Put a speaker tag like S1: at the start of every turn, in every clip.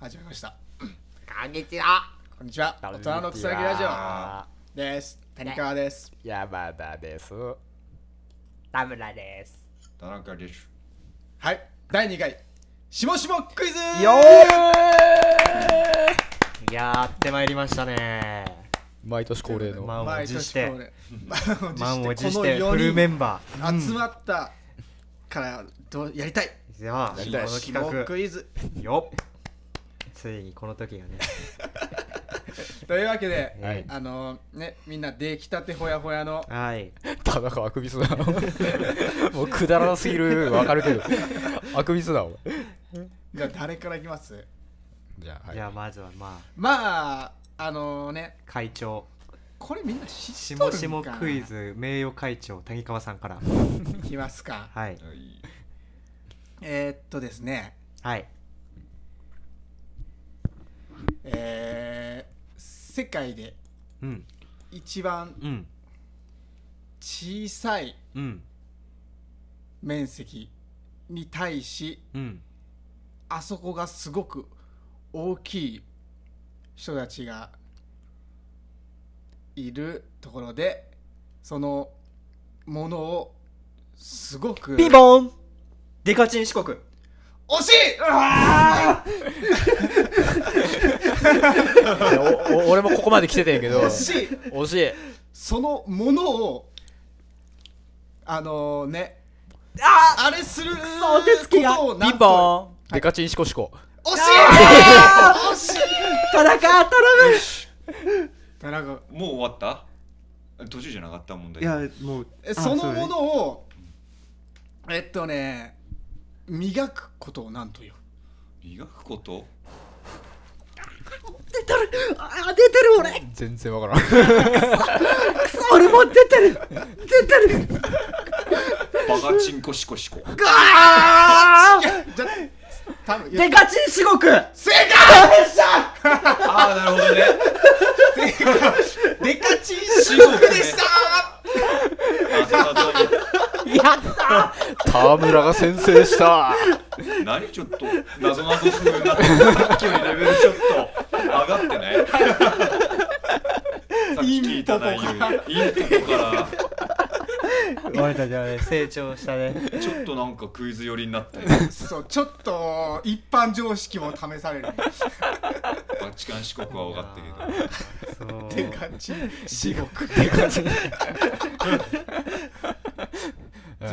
S1: 始めました
S2: こんにちは。
S1: こんにちは大人のくつなぎラジオです谷川です
S3: ジオ山田です
S2: 田村です。
S4: 田中です。
S1: はい第2回しもしもクイズ
S2: やってまいりましたね。
S3: 毎年恒例の
S2: まあ
S1: 毎年恒例
S2: 満
S1: 満
S2: を
S1: を
S2: 持
S1: 持
S2: し
S1: してて
S2: フ
S1: この
S2: ルメ
S1: 4
S2: ンバー。
S1: 人集まったからどうやりたい
S2: では、こ
S3: りたい
S2: の
S1: し
S2: 企
S1: も
S2: 画。
S1: クイズ
S2: よっついにこの時がね。
S1: というわけで、
S3: はい
S1: あのねみんな出来たてほやほやの
S2: はい。
S3: 田中あくびすな もうくだらなすぎるわかるけどあくびすなお前
S1: じゃあ誰からいきます
S3: じゃあ、
S2: じゃあ、まずはまあ、
S1: まああのね
S2: 会長。
S1: これみんな知
S2: し
S1: っとるん
S2: も
S1: か
S2: しもクイズ名誉会長、谷川さんから。
S1: いきますか
S2: はい。
S4: はい。
S1: えー、っとですね
S2: はい。
S1: えー、世界で
S2: うん。
S1: 一番
S2: うん。
S1: 小さい
S2: うん。
S1: 面積に対し
S2: うん。
S1: あそこがすごく大きい人たちがいるところでそのものをすごく
S2: ピンポンデカチン四国。
S1: 惜しいうわー
S3: いやおお俺もここまで来ててんやけど
S1: 惜しい
S3: 惜しい
S1: そのものをあのね
S2: あ
S1: あれするこ
S2: そ手つきが
S1: とを
S3: ピ
S1: な
S3: ン
S1: ん
S3: ポ
S1: と
S3: ーンデカチンシコシコ
S1: 惜しい惜しい
S2: 田中頼
S1: 田中
S4: もう終わったあ途中じゃなかった問題。
S2: むいや、もう
S1: え。そのものをえっとね磨くことをなんという
S4: 磨くこと
S2: 出てるあ、出てる俺
S3: 全然わからん
S2: 俺も出てる出てる
S4: バカチンコシコシコ。
S2: あー
S1: じゃ多分
S2: デカチン四国
S1: 正解
S4: ああ、なるほどね。
S1: デカチン四国でした
S4: あそうだそうだ
S2: やった
S3: 田村が先制した
S4: 何ちょっと、なぞなぞするなって。さっきよりレベルちょっと上がってないさっき聞いた内容より。インポか
S2: ー俺たちはね成長したね
S4: ら、ちょっとなんかクイズ寄りになったよ。
S1: そうちょっと一般常識も試される
S4: バチカン四国は分かったけど。
S2: そう
S1: デカチン四国
S3: デカチン
S1: じ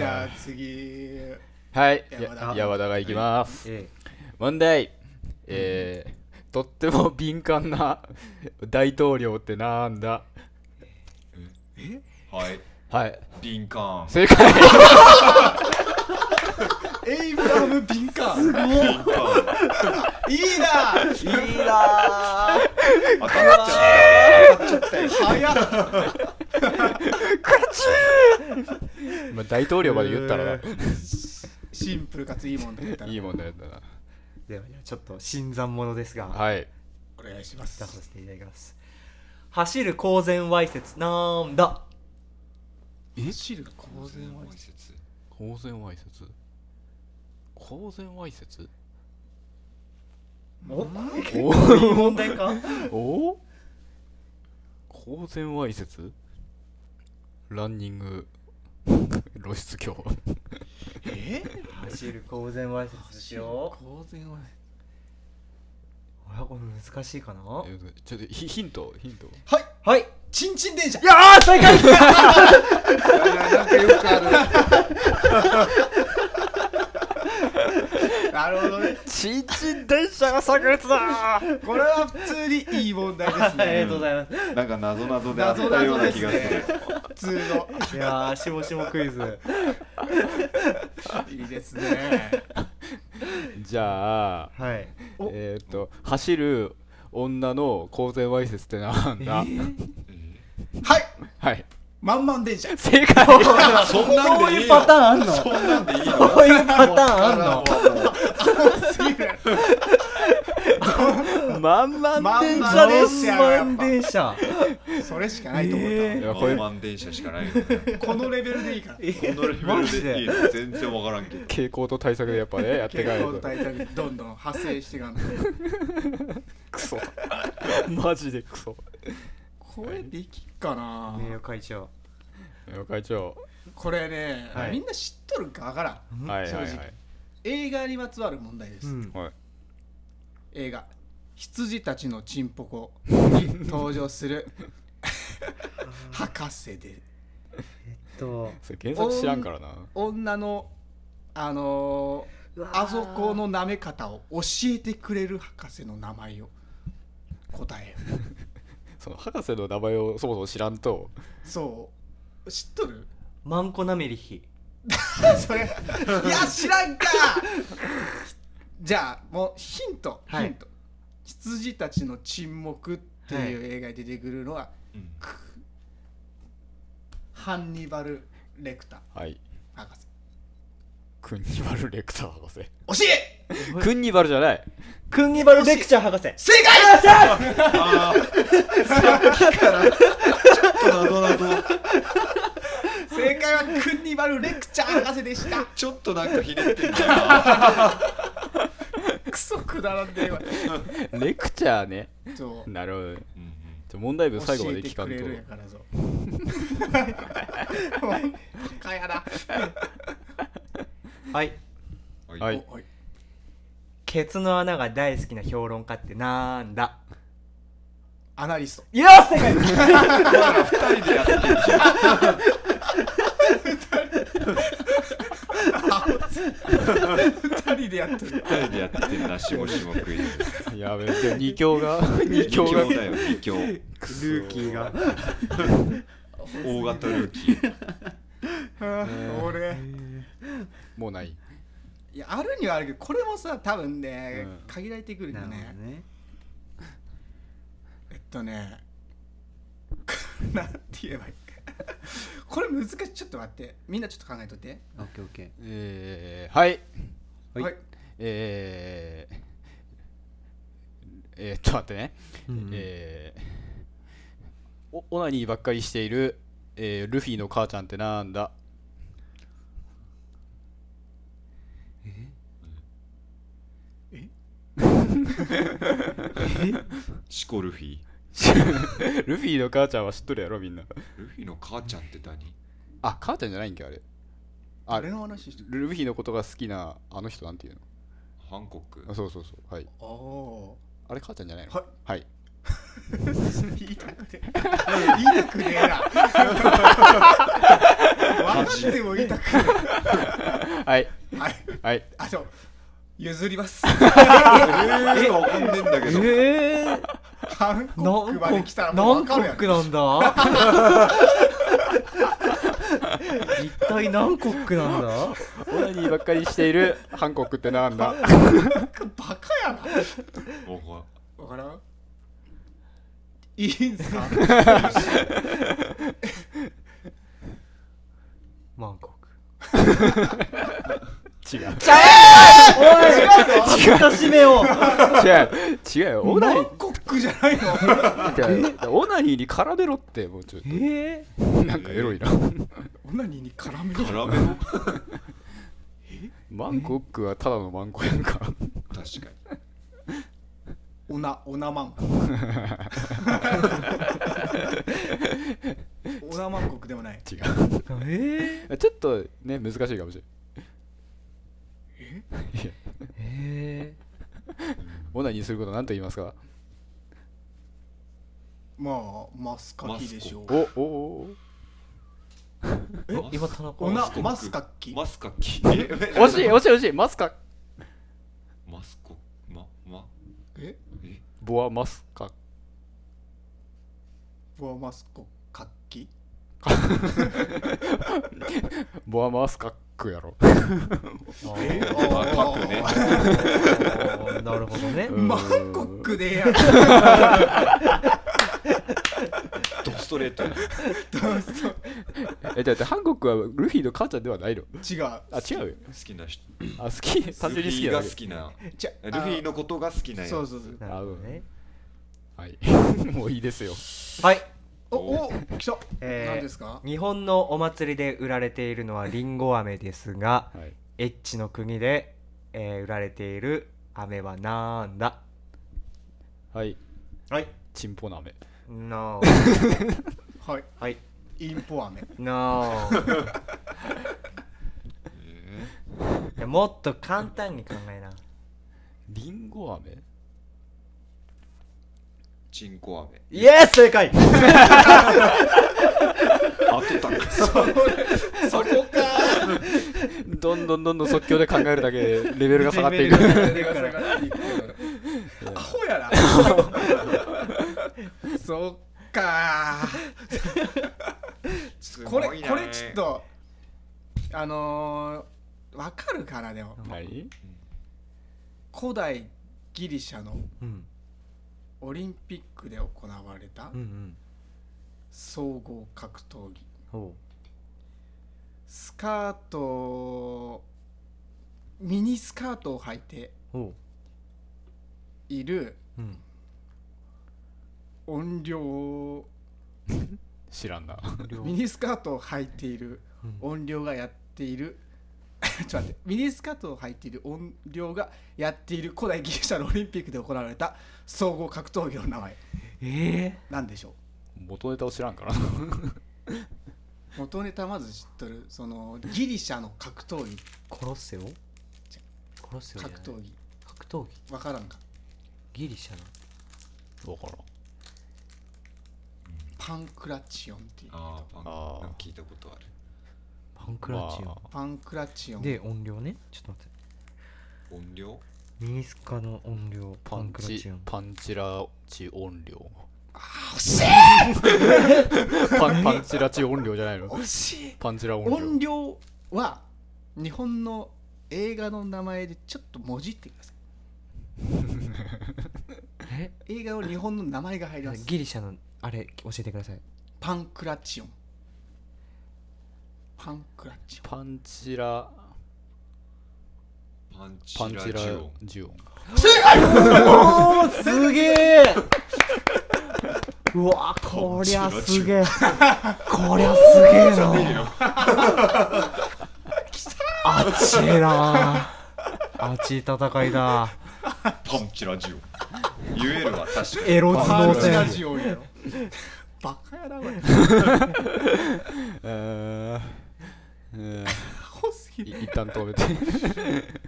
S1: ゃあ次
S3: はい
S1: 山田
S3: や山田がいきます
S2: え
S3: 問題えー、とっても敏感な大統領ってなんだ
S4: はい。
S3: はい
S4: 敏感。
S3: 正解
S1: エイブラム・ビンカーン
S4: 敏感。
S1: いいな
S2: えいいなー
S4: 当たっちゃう。当たっちゃったよ。
S1: 早っ
S3: まあ大統領まで言ったらな
S1: シンプルかついいもんで言ったら
S3: いい問題だな
S2: ではちょっと新参者ですが、
S3: はい
S1: お願いします
S2: 出させていただきます走る公然わいせつなんだ
S1: 走る公然わいせつ
S3: 公然わいせつ公然わいせつ
S2: お
S3: お
S2: いい問題か
S3: お公然わいせつランニング露出狂
S1: え
S2: 走る公然わいせつしよう
S1: 公然わいせつ
S2: あこれ難しいかなは
S3: えちょっとヒヒントヒント
S1: はい
S2: い
S1: チンチン電車
S2: いやー正解
S1: なんかよくある。 なるほどね。
S3: ちんちん電車が炸裂だ
S1: これは普通にいい問題です
S2: ありが
S1: ね
S2: とう。ございます
S4: なんか謎謎であっ
S1: 謎
S4: たよう
S1: 々
S4: な
S1: で
S4: 気
S1: す
S4: がする
S1: ね。。普通の。
S2: いやーしもしもクイズ
S1: いいですね。
S3: じゃあ
S2: はいお
S3: えーっ、と走る女の公然わいせつってなんだ、
S1: はい。
S3: はい
S1: 満々電車。
S3: 正解
S4: そんなん
S2: そう
S4: でいい
S2: いう
S4: の
S2: パターンあんのそ
S4: そんなんでいい
S2: うい
S4: の
S2: うパターンあんの
S1: すげえ
S3: 満満々電車
S1: 満
S3: で
S1: 々
S3: す
S2: 満電車
S1: それしかないと思った、
S2: え
S3: やこ
S4: こ
S3: れ
S4: れ満電車しかないよねこ
S1: このレベルでいいから
S4: のレベ
S2: マジ
S4: ルでいい
S2: で
S4: の全然わからんけど
S3: 傾向と対策でやっ ぱねやっていかない
S1: 健康
S3: と
S1: と対策どんどん派生していかんと
S3: クソ マジでクソ
S1: これできっかな、
S2: 名誉会長
S3: 会長
S1: これね、
S2: はい
S1: みんな知っとるかわからん
S3: はいはいは
S1: 正
S3: い
S1: 映画にまつわる問題です、
S2: ん
S3: はい
S1: 映画「羊たちのチンポコ」に登場する博士で
S2: えっと
S3: それ原作知らんからな
S1: 女のあの
S2: うわ
S1: ー
S2: ー
S1: あそこの舐め方を教えてくれる博士の名前を答えよう
S3: その博士の名前をそもそも知らんと
S1: そう知っとる
S2: マンコナメリヒ
S1: そ れいや知らんかじゃあもうヒント、
S2: はい
S1: ヒント羊たちの沈黙っていう映画に出てくるのは、
S4: うん
S1: ハンニバル・レクター
S3: はい
S1: 博士
S3: クンニバルレクター博士
S1: 惜しい
S3: クンニバルじゃない
S2: クンニバルレクチャー博士
S1: 正解
S4: あーさっきからちょっと謎謎
S1: 正解はクンニバル・レクチャー博士でした
S4: ちょっとなんかひねってんじゃ ん
S1: クソくだらんで
S3: レクチャーね
S1: そう
S3: なるほどね
S4: うんうん
S3: じゃあ問題文最後
S1: 教
S3: ま
S1: え
S3: で
S1: て
S3: 聞か
S1: く
S3: ん
S1: れ
S3: と
S1: るんやから ぞかやな
S2: はい
S3: は
S4: はいい。
S1: おい
S2: ケツの穴が大好きな評論家ってなんだ
S1: アナリスト
S2: よし正解
S4: 二人でやってんじゃん。
S1: 二人でやってる
S4: 二人でやってんな、しもしもクイズ。
S3: やべえでも二 強が二
S4: 二
S3: 強
S4: 強
S3: が
S4: だよ、二強。
S2: ルーキーが
S4: 大型ルーキー。
S1: 俺
S3: もうない
S1: いやあるにはあるけどこれもさ多分ね
S3: うん
S1: 限られてくるよ
S2: なるほど
S1: ね
S2: ね
S1: えっとね なんて言えばいい かこれ難しいちょっと待ってみんなちょっと考えといて
S2: オッケーオッケー
S3: えー、はい
S2: はい
S3: えー、えー、っと待ってね、
S2: うん
S3: えー、おオナニーばっかりしている、えー、ルフィの母ちゃんってなんだ
S4: シコルフィ。
S3: ルフィの母ちゃんは知っとるやろみんな
S4: ルフィの母ちゃんって何
S3: あ母ちゃんじゃないんかあれあ
S1: 俺の話して
S3: ルフィのことが好きなあの人なんていうの
S4: ハンコック
S3: あ。そうそうそうはい
S1: おお
S3: あれ母ちゃんじゃないの
S1: はい
S3: はい、
S1: ー言いたく ねえ言いたくねえな分かっても言いたくね
S3: はい
S1: えはい
S3: はい、
S1: あそう譲ります
S4: えわかんねえんだけど。
S2: ええ
S1: ハン
S2: ー、
S1: コックまで来たらもう
S2: 何
S1: 分
S2: コ
S1: かる
S2: ッ
S1: やん
S2: クなんだ一体何コックなん
S3: オ
S2: だ
S3: ナニーばっかりしているハンコックってなんだ
S1: バカやな
S4: わか
S1: 分からんいいんすか
S2: マンコック
S3: 違う
S2: おい違うの締めを
S3: 違う違うよオナ
S1: ハ
S3: ニ
S1: ンコックじゃないの
S3: ーってオナニーに絡めろってもうちょっ
S2: え
S3: となんかエロいな
S1: オナニーに絡め
S4: ん。
S1: る
S4: 絡めろ確
S3: マンコックはただのマンコやんか
S4: かに。
S1: オナオナマンオナマンコックでもない
S3: 違
S2: ええ
S3: うちょっとね難しいかもしれないいや
S2: ええ
S3: オナニーすることなんと言いますか
S1: まあマスカキでしょう
S3: おおお
S2: え今田中
S1: オナ
S4: マスコック
S1: マスカッキ
S4: マスカッキ。え
S3: お惜しい惜しい惜しいマスカ
S4: マスコ、ま、ま、
S1: え
S4: え
S3: ボアマスカ
S1: ボアマスコカッキ
S3: ボアマスカックやろ
S2: え
S1: あ
S4: まあ、書くね。
S2: なるほどね、
S3: うん
S1: マンコックでええやん
S4: ドストレートやな。
S1: どうぞ
S3: えだってハンコックはルフィの母ちゃんではないの
S1: 違う
S3: あ違うよ
S4: 好きな人。
S3: あ好き
S4: ル
S3: 単
S4: フ
S3: 純に好き
S4: ィ
S3: や
S4: が
S3: だ
S4: 好
S3: け
S4: きな。
S1: じゃ
S4: ルフィのことが好きな
S1: そう
S4: や
S1: そうそう
S2: なるほどね
S3: はい。 もういいですよ。
S2: はい
S1: おお来た、
S2: えー
S1: 何ですか
S2: 日本のお祭りで売られているのはりんご飴ですが
S3: はい。
S2: エッチの国で、えー売られている飴はなんだ
S3: はい。
S2: はい
S3: チンポなめ。
S2: No
S1: はい
S2: はい
S1: インポ飴
S2: No いやもっと簡単に考えな
S3: リンゴ飴
S4: チンコ飴
S2: イエス正解
S4: 当てた
S1: そこか
S3: どんどんどんどん即興で考えるだけでレベルが下がってい
S2: レベ
S3: く。
S2: ル
S1: 手が下がっていくアホやなそっか
S4: す
S1: こ
S4: ご
S1: れ
S4: いな
S1: これちょっとあのー、わかるかなでも
S3: はい。
S1: 古代ギリシャの
S2: うん
S1: オリンピックで行われた
S2: うんうん
S1: 総合格闘技
S2: ほ
S1: スカートをミニスカートを履いて
S2: うほ
S1: いる
S2: ううん
S1: 音量
S3: 知らんな。
S1: ミニスカートを履いている
S2: うん
S1: 音量がやっている ちょっと待ってミニスカートを履いている音量がやっている古代ギリシャのオリンピックで行われた総合格闘技の名前
S2: え
S1: なんでしょう
S3: 元ネタを知らんから。
S1: 元ネタまず知っとるそのギリシャの格闘技
S2: ー、コロッセオコロッセオじゃな
S1: 格
S2: い
S1: 闘技
S2: 格闘技
S1: わからんか
S2: ギリシャの
S3: わからん。
S1: パンクラチオンっていう
S4: あー
S3: あー
S4: なんか聞いたことある
S2: パンクラチオン、
S3: ま
S1: パンクラチオン
S2: で音量ねちょっと待って
S4: 音量
S2: ミニスカの音量
S3: パ
S2: パン
S3: ン
S2: クラチ
S3: チ
S2: オン、
S3: パンチラチ音量。
S1: 惜しい
S3: パンパンチラチ音量じゃないの
S1: 惜しい
S3: パンチラ音量。
S1: 音量は日本の映画の名前でちょっともじってくださ
S2: え
S1: い映画の日本の名前が入ります
S2: ギリシャのあれ教えてください
S1: パンクラチオンパンクラチ
S3: パンチラ、
S4: パンチ
S3: パンチラ
S4: ラジオ
S3: ジオン。
S2: おおすげえうわこりゃすげえこりゃすげえなあっちえなあっちい戦いだ
S4: パンチラジオ言えるわ確か に
S2: エロ
S1: オン
S2: 頭
S1: パン
S2: 脳
S1: クラ
S2: 戦
S1: チオンやろ バカやなこれ
S3: えーえ
S1: アホすぎ
S3: ー、
S1: る
S3: い一旦止め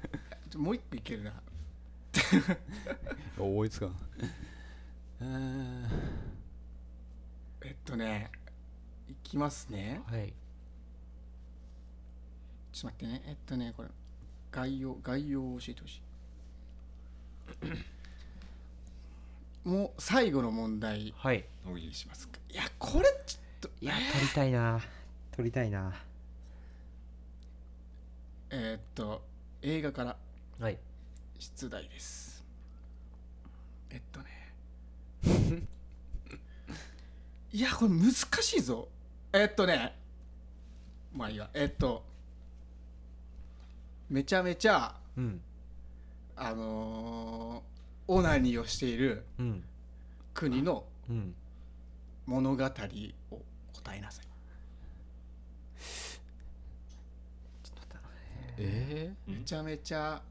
S3: て。
S1: もう一個いけるな
S3: 思いつかん。えー
S1: えっとねいきますね
S2: はい
S1: ちょっと待ってねえっとねこれ概要概要を教えてほし いもう最後の問題
S2: はい
S4: おい
S1: しますかいやこれちょっと
S2: いや取りたいな取りたいな
S1: えーっと映画から
S2: はい
S1: 出題ですえっとね いやこれ難しいぞえっとねまあいいわえっとめちゃめちゃ
S2: うん
S1: あのーオナニーをしている
S2: うん
S1: 国の
S2: うん
S1: 物語を答えなさい
S2: ちょっと待って
S3: え
S1: めちゃめちゃ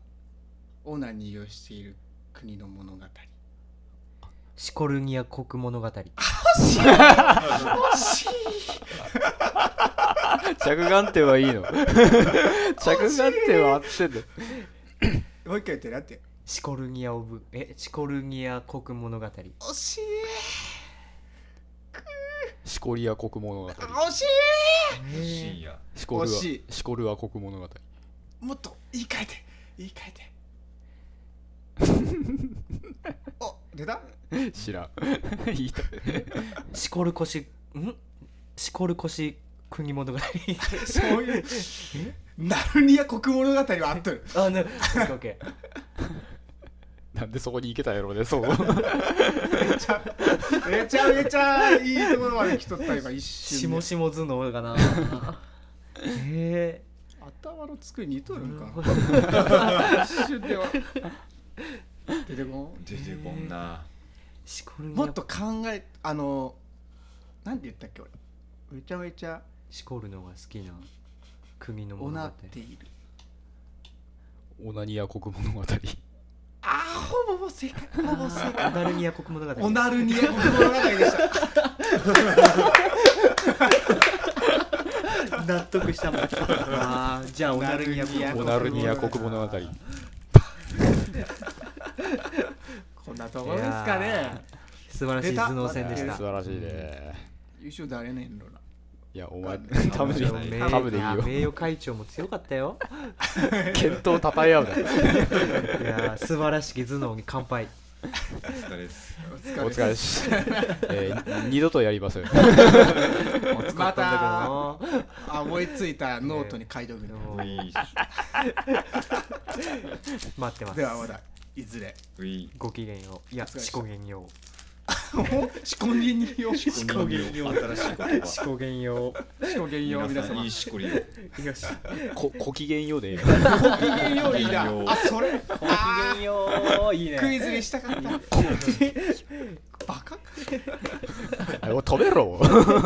S1: オナニーをしている国の物語
S2: シコルニア国物語
S3: ー、着眼点 はいいの着眼点は合ってんだ
S1: もう一回言ってなって
S2: シコルニアオブえシコルニア国物語
S1: 惜しい
S3: シコリア国物語
S1: 惜しい
S4: 深夜
S3: シコル
S1: 惜
S3: ア
S1: しい
S3: シコルア国物語
S1: もっと言い換えて言い換えて お出た
S3: 知らん 言いたい
S2: シコルコシんシコルコシ国物 語
S1: そういうナルニア国物語は合っとる
S2: あなオッケーオッケー
S3: なんでそこに行けたんやろうねそう
S1: めちゃめちゃいいところまで来とった今一
S2: し
S1: 瞬で
S2: もしも頭脳かなへえ
S1: 頭の机にいとるんか
S2: う ん
S1: 一瞬では出てこん
S4: 出てこんな
S2: しこるに
S1: もっと考えあのなんて言ったっけ俺めちゃめちゃ
S2: しこるのが好きな国の
S1: お
S2: 物
S1: な
S2: 語
S1: っている
S3: オナニア国物 語
S1: ああほぼ正解ほぼ正
S2: オ
S1: 解
S2: ナルニア国物語
S1: おなるにえ僕の中でした
S2: 納得したもんあーじゃあオナルニア国
S1: オ
S3: オ
S1: ナ
S3: ナ
S1: ル
S3: ル
S1: ニ
S3: ニ
S1: ア
S3: ア
S1: 国
S3: 国
S1: 物
S3: 物
S1: 語
S3: 語
S1: こんなところですか
S2: い
S1: ね
S2: やー素晴らしい頭脳戦でし
S1: 出
S2: た
S1: た
S3: 素晴らしいね
S1: 優勝誰ねんの ない
S3: やお前
S1: うん
S3: タブでいい
S2: 名
S3: よタブでいいよ
S2: 名誉会長も強かっ たよ
S3: 健闘をたたえ合うない
S2: やー素晴らしき頭脳に乾杯
S4: お疲れです。
S1: お
S3: お疲 れです、えー、 二度とやりません
S1: また
S2: だけどな
S1: あ思いついたノートに書いておく
S2: で
S1: の
S2: も
S4: ういっし
S2: 待ってます
S1: ではまだいずれ
S4: ょうい
S2: ごきげんよういや
S1: お疲れ様
S2: しこげんよ
S1: しこげんようし
S4: しこげんよう新しい言
S2: う
S4: 葉
S2: しこげんよう
S1: こげんよう皆
S4: 皆さん
S1: 様
S4: いいしこりを
S2: よし
S3: こ ご機嫌ようでええよ
S1: ごきげんよういいなあそれ
S2: ごきげんよういいね
S1: クイズにしたかったバカ
S3: あれおい止めろ